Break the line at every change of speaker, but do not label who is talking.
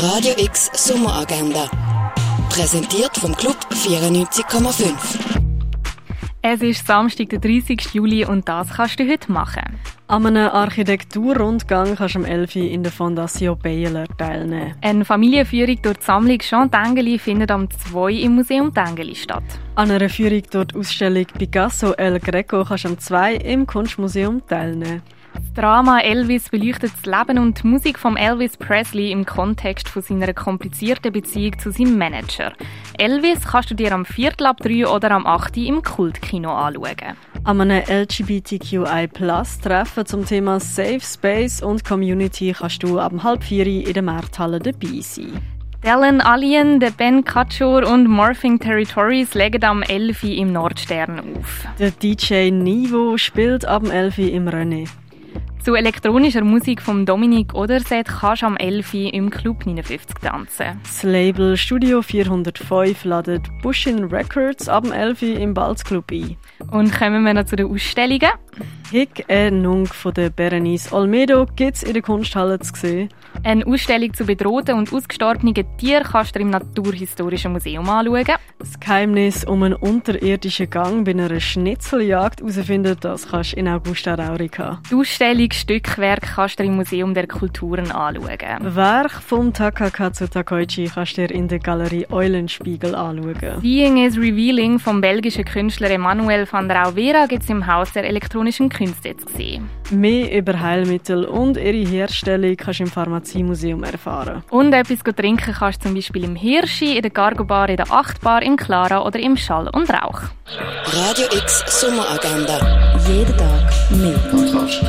Radio X Sommeragenda. Präsentiert vom Club 94,5.
Es ist Samstag, der 30. Juli und das kannst du heute machen.
An einem Architekturrundgang kannst du am 11. Uhr in der Fondation Bayerler teilnehmen.
Eine Familienführung durch die Sammlung Jean Tengeli findet am 2 im Museum Tengeli statt.
An einer Führung durch die Ausstellung Picasso El Greco kannst du am 2 im Kunstmuseum teilnehmen.
Das Drama Elvis beleuchtet das Leben und die Musik von Elvis Presley im Kontext von seiner komplizierten Beziehung zu seinem Manager. Elvis kannst du dir am Viertel ab 3 oder am 8 Uhr im Kultkino anschauen.
An einem LGBTQI-Plus-Treffen zum Thema Safe Space und Community kannst du ab halb vier in der Markthalle dabei sein.
Dallin Alien, der Ben Kutschur und Morphing Territories legen am 11 Uhr im Nordstern auf.
Der DJ Nivo spielt ab dem 11 Uhr im René.
Zu elektronischer Musik von Dominik Oderset kannst du am 11. Uhr im Club 59 tanzen.
Das Label Studio 405 ladet Bushin Records ab dem 11. Uhr im Balzclub ein.
Und kommen wir noch zu den Ausstellungen.
Hick e Nung von der Berenice Olmedo gibt es in der Kunsthalle zu sehen.
Eine Ausstellung zu bedrohten und ausgestorbenen Tieren kannst du im Naturhistorischen Museum anschauen.
Das Geheimnis um einen unterirdischen Gang bei einer Schnitzeljagd herausfinden, das kannst du in Augusta Raurica.
Die Ausstellung Stückwerk kannst du im Museum der Kulturen anschauen.
Werk von Takakatsu Takoichi kannst du dir in der Galerie Eulenspiegel anschauen.
Seeing is Revealing vom belgischen Künstler Emanuel van der Auvera gibt es im Haus der elektronischen Künste zu sehen.
Mehr über Heilmittel und ihre Herstellung kannst du im Pharmaziemuseum erfahren.
Und etwas gut trinken kannst du zum Beispiel im Hirschi, in der Cargo Bar, in der Achtbar, im Clara oder im Schall und Rauch.
Radio X Sommeragenda. Jeden Tag mehr.
Kontrast.